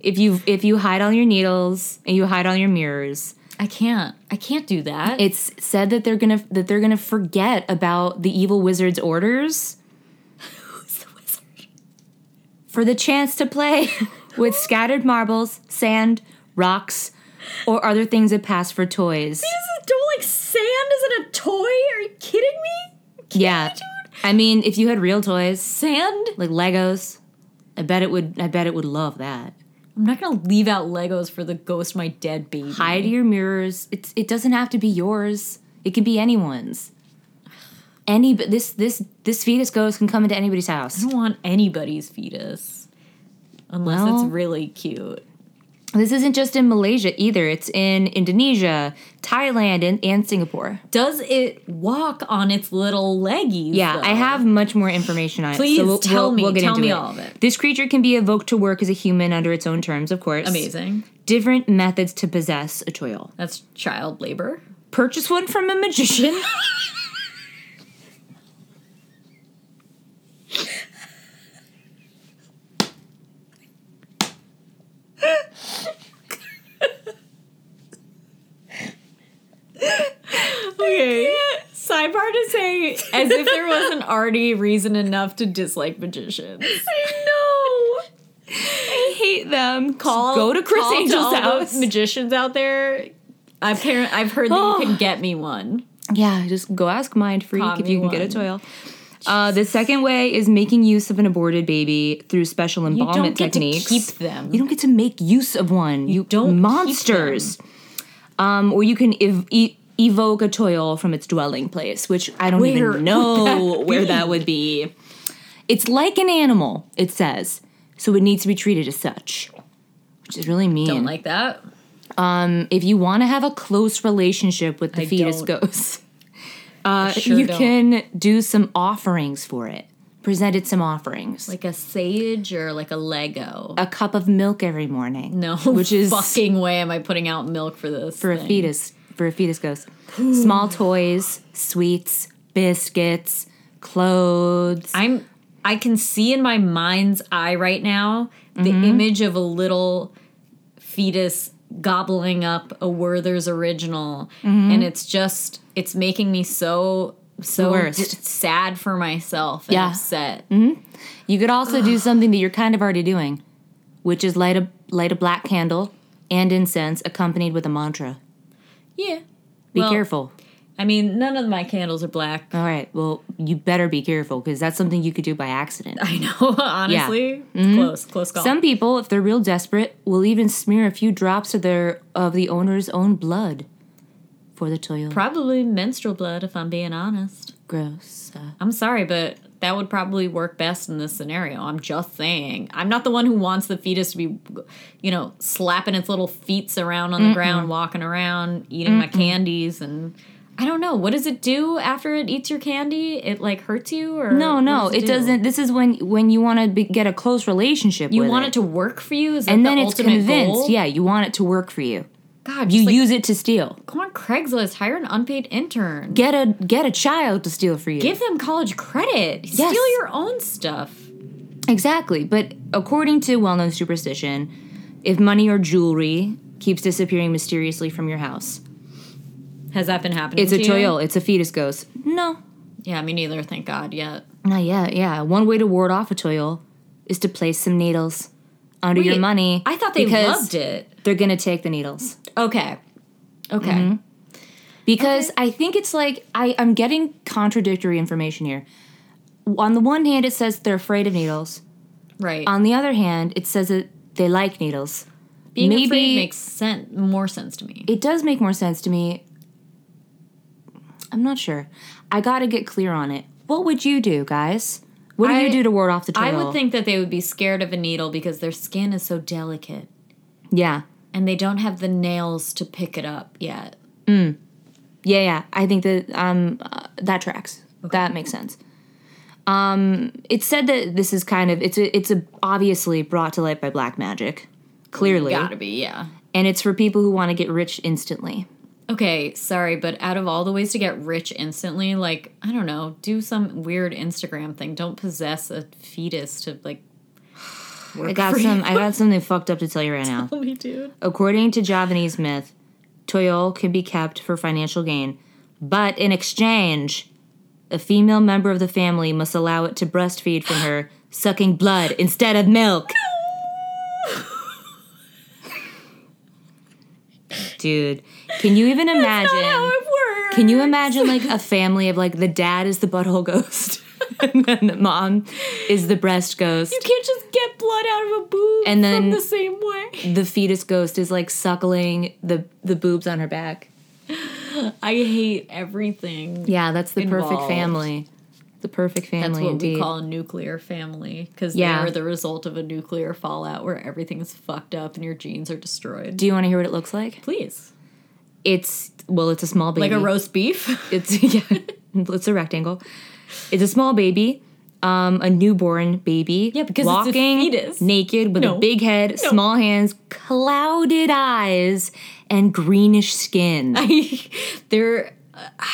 If you if you hide all your needles and you hide all your mirrors, *laughs* I can't. I can't do that. it's said that they're gonna that they're gonna forget about the evil wizard's orders It's the wizard. for the chance to play with scattered marbles, sand, rocks, or other things that pass for toys. This is don't like sand isn't a toy. Are you kidding me? Yeah. I mean, if you had real toys, Sand? like Legos, I bet it would I bet it would love that. I'm not gonna leave out Legos for the ghost of my dead baby. Hide your mirrors. It's it doesn't have to be yours. It can be anyone's. Any but this this this fetus ghost can come into anybody's house. I don't want anybody's fetus. Unless Well- it's really cute. This isn't just in Malaysia either. It's in Indonesia, Thailand, and, and Singapore. Does it walk on its little leggies? Yeah, though? I have much more information on Please it. so we'll- tell we'll- me. we'll get tell into me it. all of it. This creature can be evoked to work as a human under its own terms, of course. Amazing. Different methods to possess a toil. That's child labor. Purchase one from a *laughs* magician. Okay. Sidebar to say, as if there wasn't already reason enough to dislike magicians. I know. hate them, Call- go to Chris call Angel's all the house. magicians out there. I've, par- I've heard that you *gasps* can get me one. Yeah, just go ask Mind Freak Call if me you can get a one. toil. Uh, the second way is making use of an aborted baby through special You embalmment don't get techniques. to keep them. You don't get to make use of one. You, don't keep monsters. Um, or you can ev- e- evoke a toil from its dwelling place, which I don't Where *laughs* even would know that where be? that would be. It's like an animal, it says, so it needs to be treated as such, which is really mean. don't like that. if you want to have a close relationship with the I fetus don't. ghost, *laughs* uh, sure you don't. can do some offerings for it. Present it some offerings, Like a sage or like a Lego. a cup of milk every *laughs* morning. No, which is fucking way am I putting out milk for this for a thing. fetus for a fetus ghost *gasps* small toys sweets biscuits clothes I'm I can see in my mind's eye right now the Mm-hmm. image of a little fetus gobbling up a Werther's original Mm-hmm. and it's just it's making me so so worst. d- sad for myself and Yeah. Mm-hmm. upset. you could also do something that you're kind of already doing which is light a light a black candle and incense accompanied with a mantra Yeah. be Well, careful I mean, none of my candles are black. *laughs* all right well you better be careful because that's something you could do by accident I know, honestly. It's close, close call. Mm-hmm. some people if they're real desperate will even smear a few drops of their of the owner's own blood for the toilet Probably menstrual blood, if I'm being honest. gross uh, I'm sorry, but that would probably work best in this scenario. I'm just saying. I'm not the one who wants the fetus to be, you know, slapping its little feets around on the ground, walking around, eating my candies, and I don't know. What does it do after it eats your candy? It like hurts you, or No, what no, it, do? doesn't. This is when when you want to be, get a close relationship. You with want it, it to work for you, Is that and the then it's ultimate convinced. goal? Yeah, you want it to work for you. God, you You use use it to steal. go on Craigslist, hire an unpaid intern, Get a get a child to steal for you. give them college credit, Yes. steal your own stuff. exactly, but according to well known superstition, if money or jewelry keeps disappearing mysteriously from your house, Has that been happening? it's a to you? toil. It's a fetus ghost. No, Yeah, me neither. Thank God. Yet. not yet. Yeah, one way to ward off a toil is to place some needles under your Wait, money. I thought they because loved it. They're gonna take the needles. Okay. Okay. Mm-hmm. because I think it's like I, I'm getting contradictory information here. On the one hand, it says they're afraid of needles. Right. On the other hand, it says that they like needles. Being maybe- afraid makes sense more sense to me. It does make more sense to me. I'm not sure. I got to get clear on it. What would you do, guys? What do I- you do to ward off the toil? I would think that they would be scared of a needle because their skin is so delicate Yeah, and they don't have the nails to pick it up yet. yeah, yeah. I think that um uh, that tracks. That makes sense. Um, it's said that this is kind of it's a, it's a obviously brought to light by black magic. Clearly, Gotta be, yeah. and it's for people who want to get rich instantly. Okay, sorry, but out of all the ways to get rich instantly, like, I don't know, do some weird Instagram thing. Don't possess a fetus to, *sighs* like, I got *laughs* some. I got something fucked up to tell you right now. me, dude. According to Javanese myth, toil can be kept for financial gain, but in exchange, a female member of the family must allow it to breastfeed from her, sucking blood instead *laughs* of milk. Dude, can you even imagine? it works. Can you imagine like a family of like the dad is the butthole ghost, *laughs* and then the mom is the breast ghost, You can't just get blood out of a boob And then- from the same way. the fetus ghost is like suckling the the boobs on her back. I hate everything. Yeah, that's the perfect Involved. family. The perfect family That's what indeed. we call a nuclear family because Yeah. they are the result of a nuclear fallout where everything is fucked up and your genes are destroyed. Do you want to hear what it looks like? Please, It's well, it's a small baby. like a roast beef. *laughs* It's *laughs* yeah, it's a rectangle. It's a small baby, um, a newborn baby. Yeah, because it's a fetus. naked with No. a big head, small hands, clouded eyes, and greenish skin. *laughs* They're *sighs*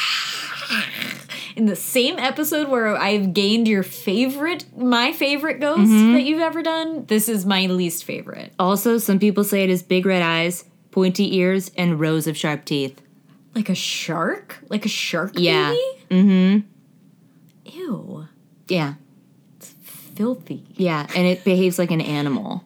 in the same episode where I've gained your favorite, my favorite ghost Mm-hmm. that you've ever done. This is my least favorite. Also, some people say it has big red eyes, pointy ears, and rows of sharp teeth. Like a shark, like a shark. Yeah. Baby? Mm-hmm. Ew, Yeah, filthy. yeah, and it behaves like an animal.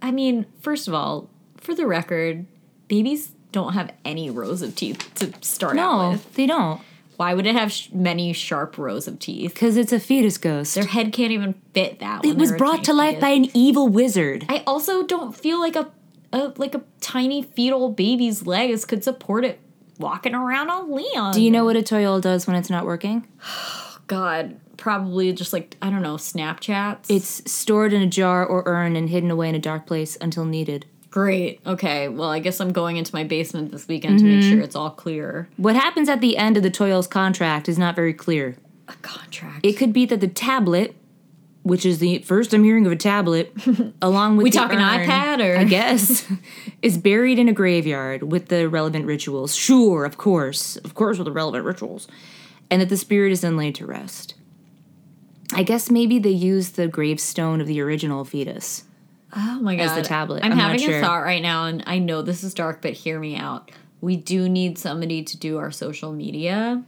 I mean, first of all, for the record, babies don't have any rows of teeth to start out No, with. they don't. Why would it have sh- many sharp rows of teeth? Because it's a fetus ghost. Their head can't even fit that. It was brought to life by an evil wizard. I also don't feel like a, a like a tiny fetal baby's legs could support it walking around on Leon. Do you know what a toyol does when it's not working? God, probably just like I don't know Snapchats. It's stored in a jar or urn and hidden away in a dark place until needed. great. Okay, well I guess I'm going into my basement this weekend to Mm-hmm. make sure it's all clear. What happens at the end of the toyol's contract is not very clear. A contract. It could be that the tablet, which is the first I'm hearing of a tablet, *laughs* along with we the talking urn, iPad or I guess, *laughs* is buried in a graveyard with the relevant rituals. Sure, of course. Of course, with the relevant rituals. And that the spirit is then laid to rest. I guess maybe they used the gravestone of the original fetus. Oh my god. the tablet. I'm, I'm not having sure. a thought right now and I know this is dark but hear me out. We do need somebody to do our social media.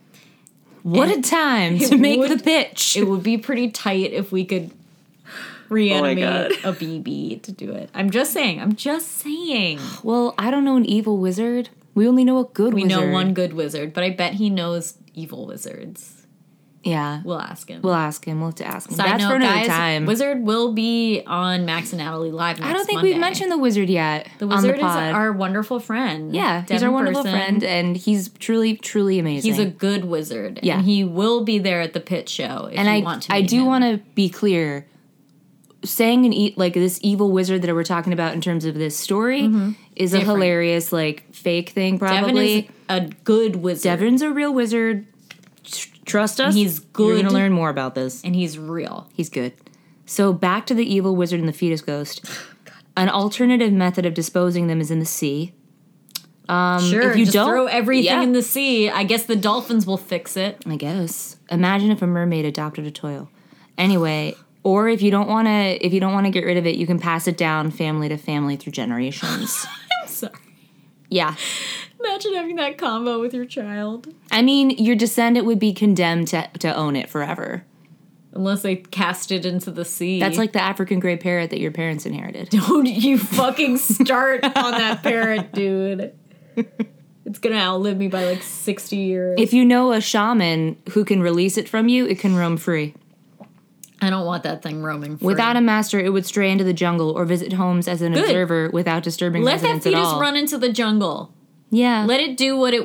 What a time to make would- the pitch. It would be pretty tight if we *laughs* could God. reanimate a BB to do it. I'm just saying. I'm just *sighs* saying. well, I don't know an evil wizard. We only know a good We wizard. know one good wizard, but I bet he knows evil wizards. Yeah. We'll ask him. We'll ask him. We'll have to ask him. Side That's note, for another guys, time. Wizard will be on Max and Natalie live. Next I don't think Monday. we've mentioned the wizard yet. the wizard on the pod. is our wonderful friend. yeah, he's Devin our wonderful Person. friend, and he's truly, truly amazing. He's a good wizard. Yeah. And he will be there at the pit show if and you I, want to. I meet do him. want to be clear. Saying an e- like this evil wizard that we're talking about in terms of this story is a Mm-hmm. Different. hilarious like fake thing. Probably Devin is a good wizard. Devin's a real wizard. Tr- Trust us. He's You're good. gonna learn more about this. And he's real. He's good. So back to the evil wizard and the fetus *sighs* ghost. An alternative method of disposing them is in the sea. sure. Um, if you just don't- throw everything yeah. in the sea, I guess the dolphins will fix it. *laughs* I guess. Imagine if a mermaid adopted a toil. Anyway, or if you don't want to, if you don't want to get rid of it, you can pass it down family to family *laughs* through generations. I'm sorry. yeah, Imagine having that combo with your child. I mean, your descendant would be condemned to, to own it forever. Unless they cast it into the sea. That's like the African gray parrot that your parents *laughs* inherited. Don't you fucking start on *laughs* that parrot, dude. It's gonna outlive me by like 60 years. If you know a shaman who can release it from you, it can roam free. I don't want that thing roaming free. Without a master, it would stray into the jungle or visit homes as an Good. observer without disturbing Let that residents at fetus all. run into the jungle. yeah, Let it do what it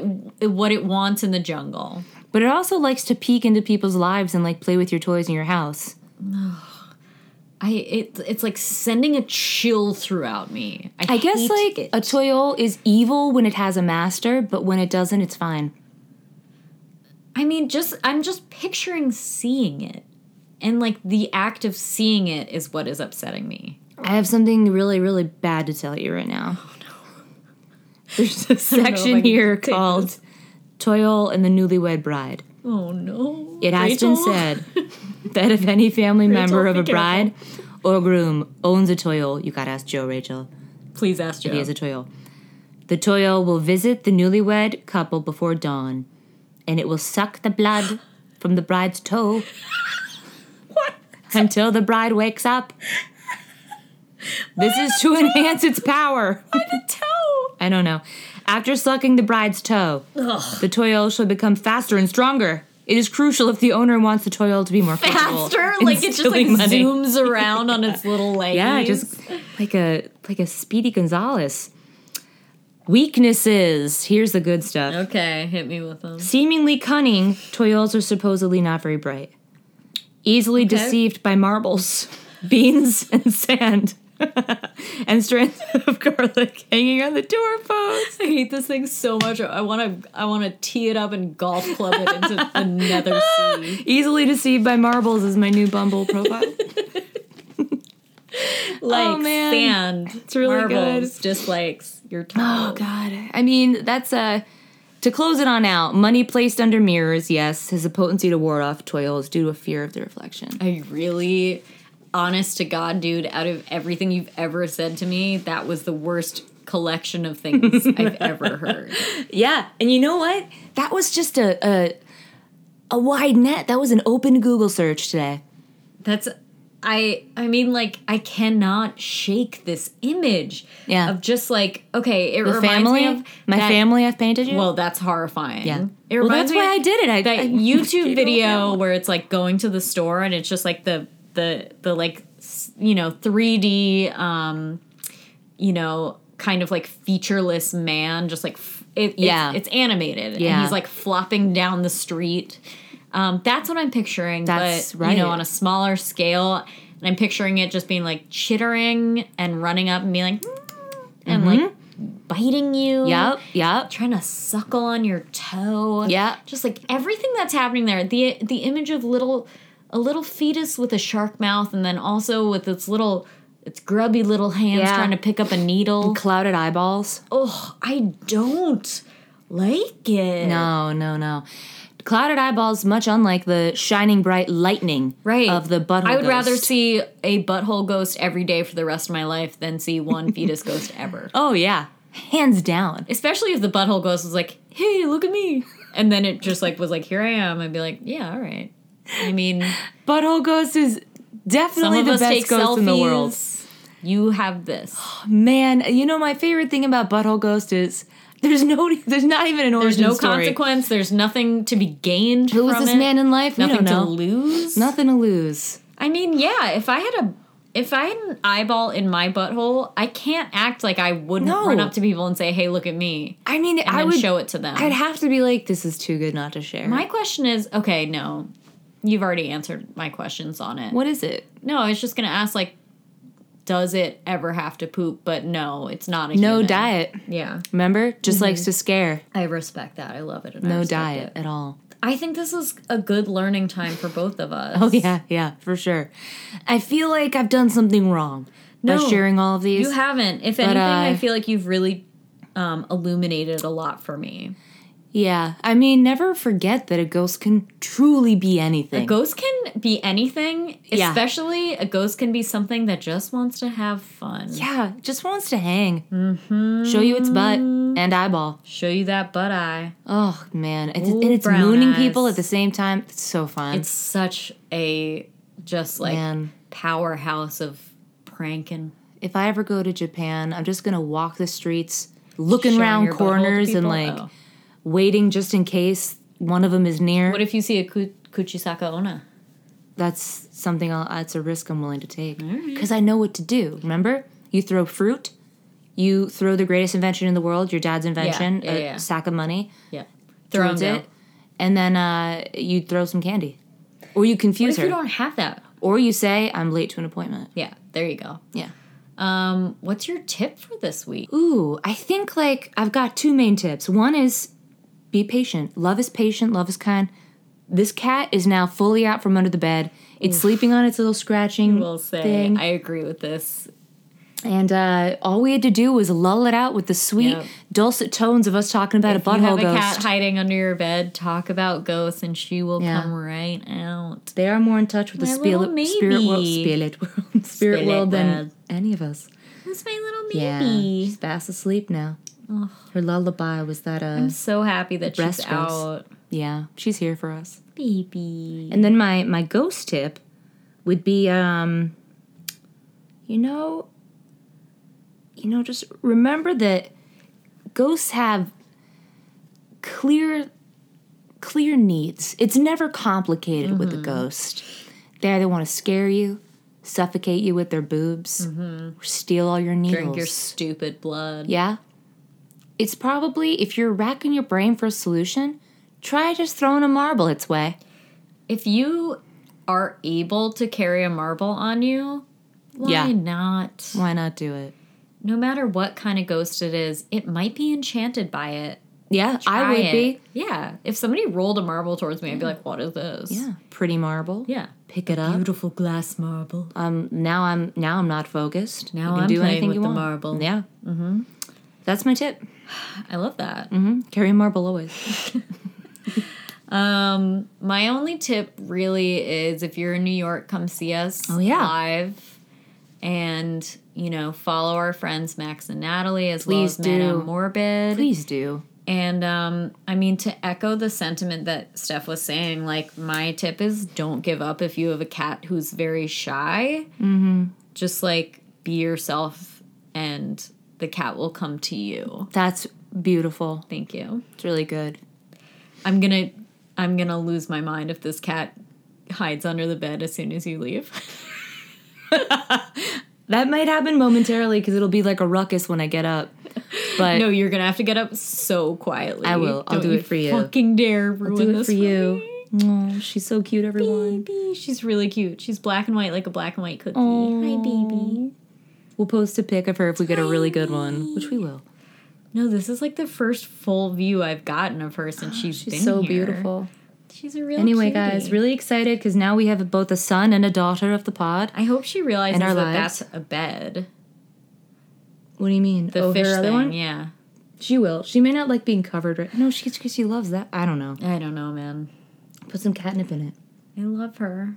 what it wants in the jungle. but it also likes to peek into people's lives and like play with your toys in your house. I it it's like sending a chill throughout me. I, I guess hate like it. a toyol is evil when it has a master, but when it doesn't, it's fine. I mean, just I'm just picturing seeing it, and like the act of seeing it is what is upsetting me. I have something really, really bad to tell you *laughs* right now. *laughs* Oh, There's a know if I section can here take called Toyol and the Newlywed Bride. Oh no! It has been Rachel? *laughs* said that if any family member of be a bride or groom owns a toyol, you gotta ask Joe, Rachel. Please ask Joe. He is a toyol. The toyol will visit the newlywed couple before dawn, and it will suck *gasps* the blood from the bride's toe *laughs* what? until the bride wakes up. This is to enhance its power. The toe. I don't know. After sucking the bride's toe, Ugh. the toyol shall become faster and stronger. It is crucial if the owner wants the toyol to be more comfortable Faster, in like it just like stealing money. zooms around on its little legs. *laughs* Yeah, just like a like a Speedy Gonzalez. Weaknesses. Here's the good stuff. okay. Hit me with them. Seemingly cunning, toyols are supposedly not very bright. Easily deceived by marbles, *laughs* beans, and sand, *laughs* and strands of garlic hanging on the door post. I hate this thing so much. I want to. I want to tee it up and golf club it *laughs* into the nether sea. Easily deceived by marbles is my new Bumble profile. Like Oh, man. sand. It's really marbles, dislikes *gasps* your *laughs* Oh toe. God! I mean, that's a. To close it on out, money placed under mirrors, yes, has a potency to ward off toils due to a fear of the reflection. I really, honest to God, dude. Out of everything you've ever said to me, that was the worst collection of *laughs* things I've ever heard. Yeah, and you know what? That was just a a, a wide net. That was an open Google search today. That's I I mean like I cannot shake this image Yeah. of just like okay it The reminds family, me of my that- family, I've painted you. well that's horrifying yeah. it well, reminds that's why me I did it. I, that I *laughs* YouTube did video it. where it's like going to the store and it's just like the the the like s- you know 3D um you know kind of like featureless man just like f- it, Yeah. yeah it's, animated and Yeah. he's like flopping down the street um that's what I'm picturing That's but right. you know on a smaller scale and I'm picturing it just being like chittering and running up and being like "Mm," and like Mm-hmm. biting you Yep. Yep. trying to suckle on your toe. Yeah. Just like everything that's happening there. The the image of little a little fetus with a shark mouth and then also with its little its grubby little hands Yeah. Mm. trying to pick up a needle. Clouded eyeballs. Oh, I don't like it. No, no, no. Clouded eyeballs, much unlike the shining bright lightning Right. of the butthole. I would rather ghost. see a butthole ghost every day for the rest of my life than see *laughs* one fetus ghost ever. Oh yeah, hands down. Especially if the butthole ghost was like, "Hey, look at me," and then it just like was like, "Here I am," I'd be like, "Yeah, all right." I mean, Butthole ghost is Some definitely of the us best take ghost selfies. in the world. You have this. Man, you know my favorite thing about butthole ghost is there's no, *laughs* there's not even an There's origin no story. consequence. There's nothing to be gained. Who was from this it. man in life? Nothing we don't know. to lose. Nothing to lose. I mean, yeah. If I had a, if I had an eyeball in my butthole, I can't act like I wouldn't No. run up to people and say, "Hey, look at me," I mean, and I then would. show it to them. I'd have to be like, this is too good not to share. my question is, okay, no, you've already answered my questions on it. what is it? No, I was just gonna ask, like, does it ever have to poop? But no, it's not a No human. diet. Yeah, Remember, just likes to scare. I respect that. I love it. And I No respect diet it. at all. *laughs* I think this is a good learning time for both of us. Oh yeah, yeah, for sure. I feel like I've done something wrong by No, sharing all of these. You haven't. If anything, I uh, feel like you've really um, illuminated a lot for me. yeah, I mean, never forget that a ghost can truly be anything. A ghost can be anything, Yeah. especially a ghost can be something that just wants to have fun. yeah, just wants to hang, show you its butt and eyeball. Show you that butt eye. Oh man, it's, Ooh, and it's brown mooning eyes. people at the same time. It's so fun. It's such a just like Man. powerhouse of pranking. if I ever go to Japan, I'm just gonna walk the streets, looking showing around your butthole to corners and people. like Oh. waiting just in case one of them is near. What if you see a ku- Kuchisaka Ona? that's something I'll, that's a risk I'm willing to take because I know what to do. Remember, you throw fruit, you throw the greatest invention in the world, your dad's invention, yeah, a yeah. sack of money, Yeah. throws Thrones it, and then uh, you throw some candy, or you confuse If you her, don't have that, or you say I'm late to an appointment. yeah, there you go. Yeah. Um, what's your tip for this week? Ooh, I think like I've got two main tips. One is be patient. Love is patient, love is kind. This cat is now fully out from under the bed. It's sleeping on its little scratching will say thing. I agree with this. and uh, all we had to do was lull it out with the sweet, Yep. dulcet tones of us talking about a you have butthole a ghost. cat hiding under your bed, talk about ghosts, and she will Yeah. come right out. They are more in touch with the My spirit, little spirit world, maybe. spirit world, *laughs* spirit Spirit world than world. any of us. That's my little Yeah, baby. she's fast asleep now. Her lullaby was that. Uh, I'm so happy that she's Breast grows. out, yeah, she's here for us. baby. And then my my ghost tip would be um you know you know just remember that ghosts have clear clear needs. It's never complicated with Mm-hmm. a ghost. They either want to scare you, suffocate you with their boobs, or steal all your needles. Mm-hmm. Drink your stupid blood. Yeah. It's probably if you're racking your brain for a solution, try just throwing a marble its way. If you are able to carry a marble on you, why Yeah. not? Why not do it? No matter what kind of ghost it is, it might be enchanted by it. Yeah, I would it. be. Yeah. If somebody rolled a marble towards me, I'd be like, what is this? Yeah, pretty marble. Yeah. Pick it up. Beautiful glass marble. Um, now I'm now I'm not focused. Now you can I'm do playing anything with you the want. marble. Yeah. Mm-hmm. That's my tip. I love that. Mm-hmm. Carry a marble always. Um, my only tip really is if you're in New York, come see us Oh, yeah. live and you know, follow our friends Max and Natalie as well Please as Madame do. Morbid. Please do. And um, I mean, to echo the sentiment that Steph was saying, like, my tip is don't give up if you have a cat who's very shy. Mm-hmm. Just like be yourself and the cat will come to you. That's beautiful. Thank you. It's really good. I'm gonna I'm gonna lose my mind if this cat hides under the bed as soon as you leave. That might happen momentarily because it'll be like a ruckus when I get up. *laughs* But no, you're gonna have to get up so quietly. I will. I'll Don't do it for you. Fucking dare ruin do it this for you. Aw, she's so cute, everyone. Baby, she's really cute. She's black and white, like a black and white cookie. Hi, baby. We'll post a pic of her if we get a really good one, which we will. No, this is like the first full view I've gotten of her *gasps* since she's been She's so here. beautiful. She's a real. Anyway, cutie. guys, really excited because now we have both a son and a daughter of the pod. I hope she realizes And our that lives. that's a bed. What do you mean? The Oh, her fish other thing, one? yeah. She will. She may not like being covered. Right? No, she because she loves that. I don't know. I don't know, man. Put some catnip in it. I love her.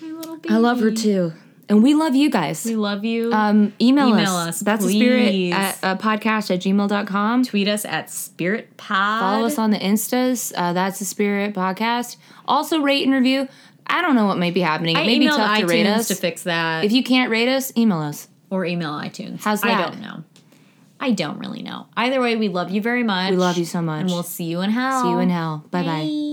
My little baby. I love her too, and we love you guys. We love you. Um, email, Email us. us, That's the spirit please. at uh, podcast at gmail.com. Tweet us at Spirit Pod. Follow us on the Instas. Uh, that's the Spirit Podcast. Also, rate and review. I don't know what might be happening. It I may be emailed tough iTunes to rate us. to fix that, if you can't rate us, email us. or email iTunes. How's I that? don't know. I don't really know. Either way, we love you very much. We love you so much. and we'll see you in hell. See you in hell. Bye bye. Bye.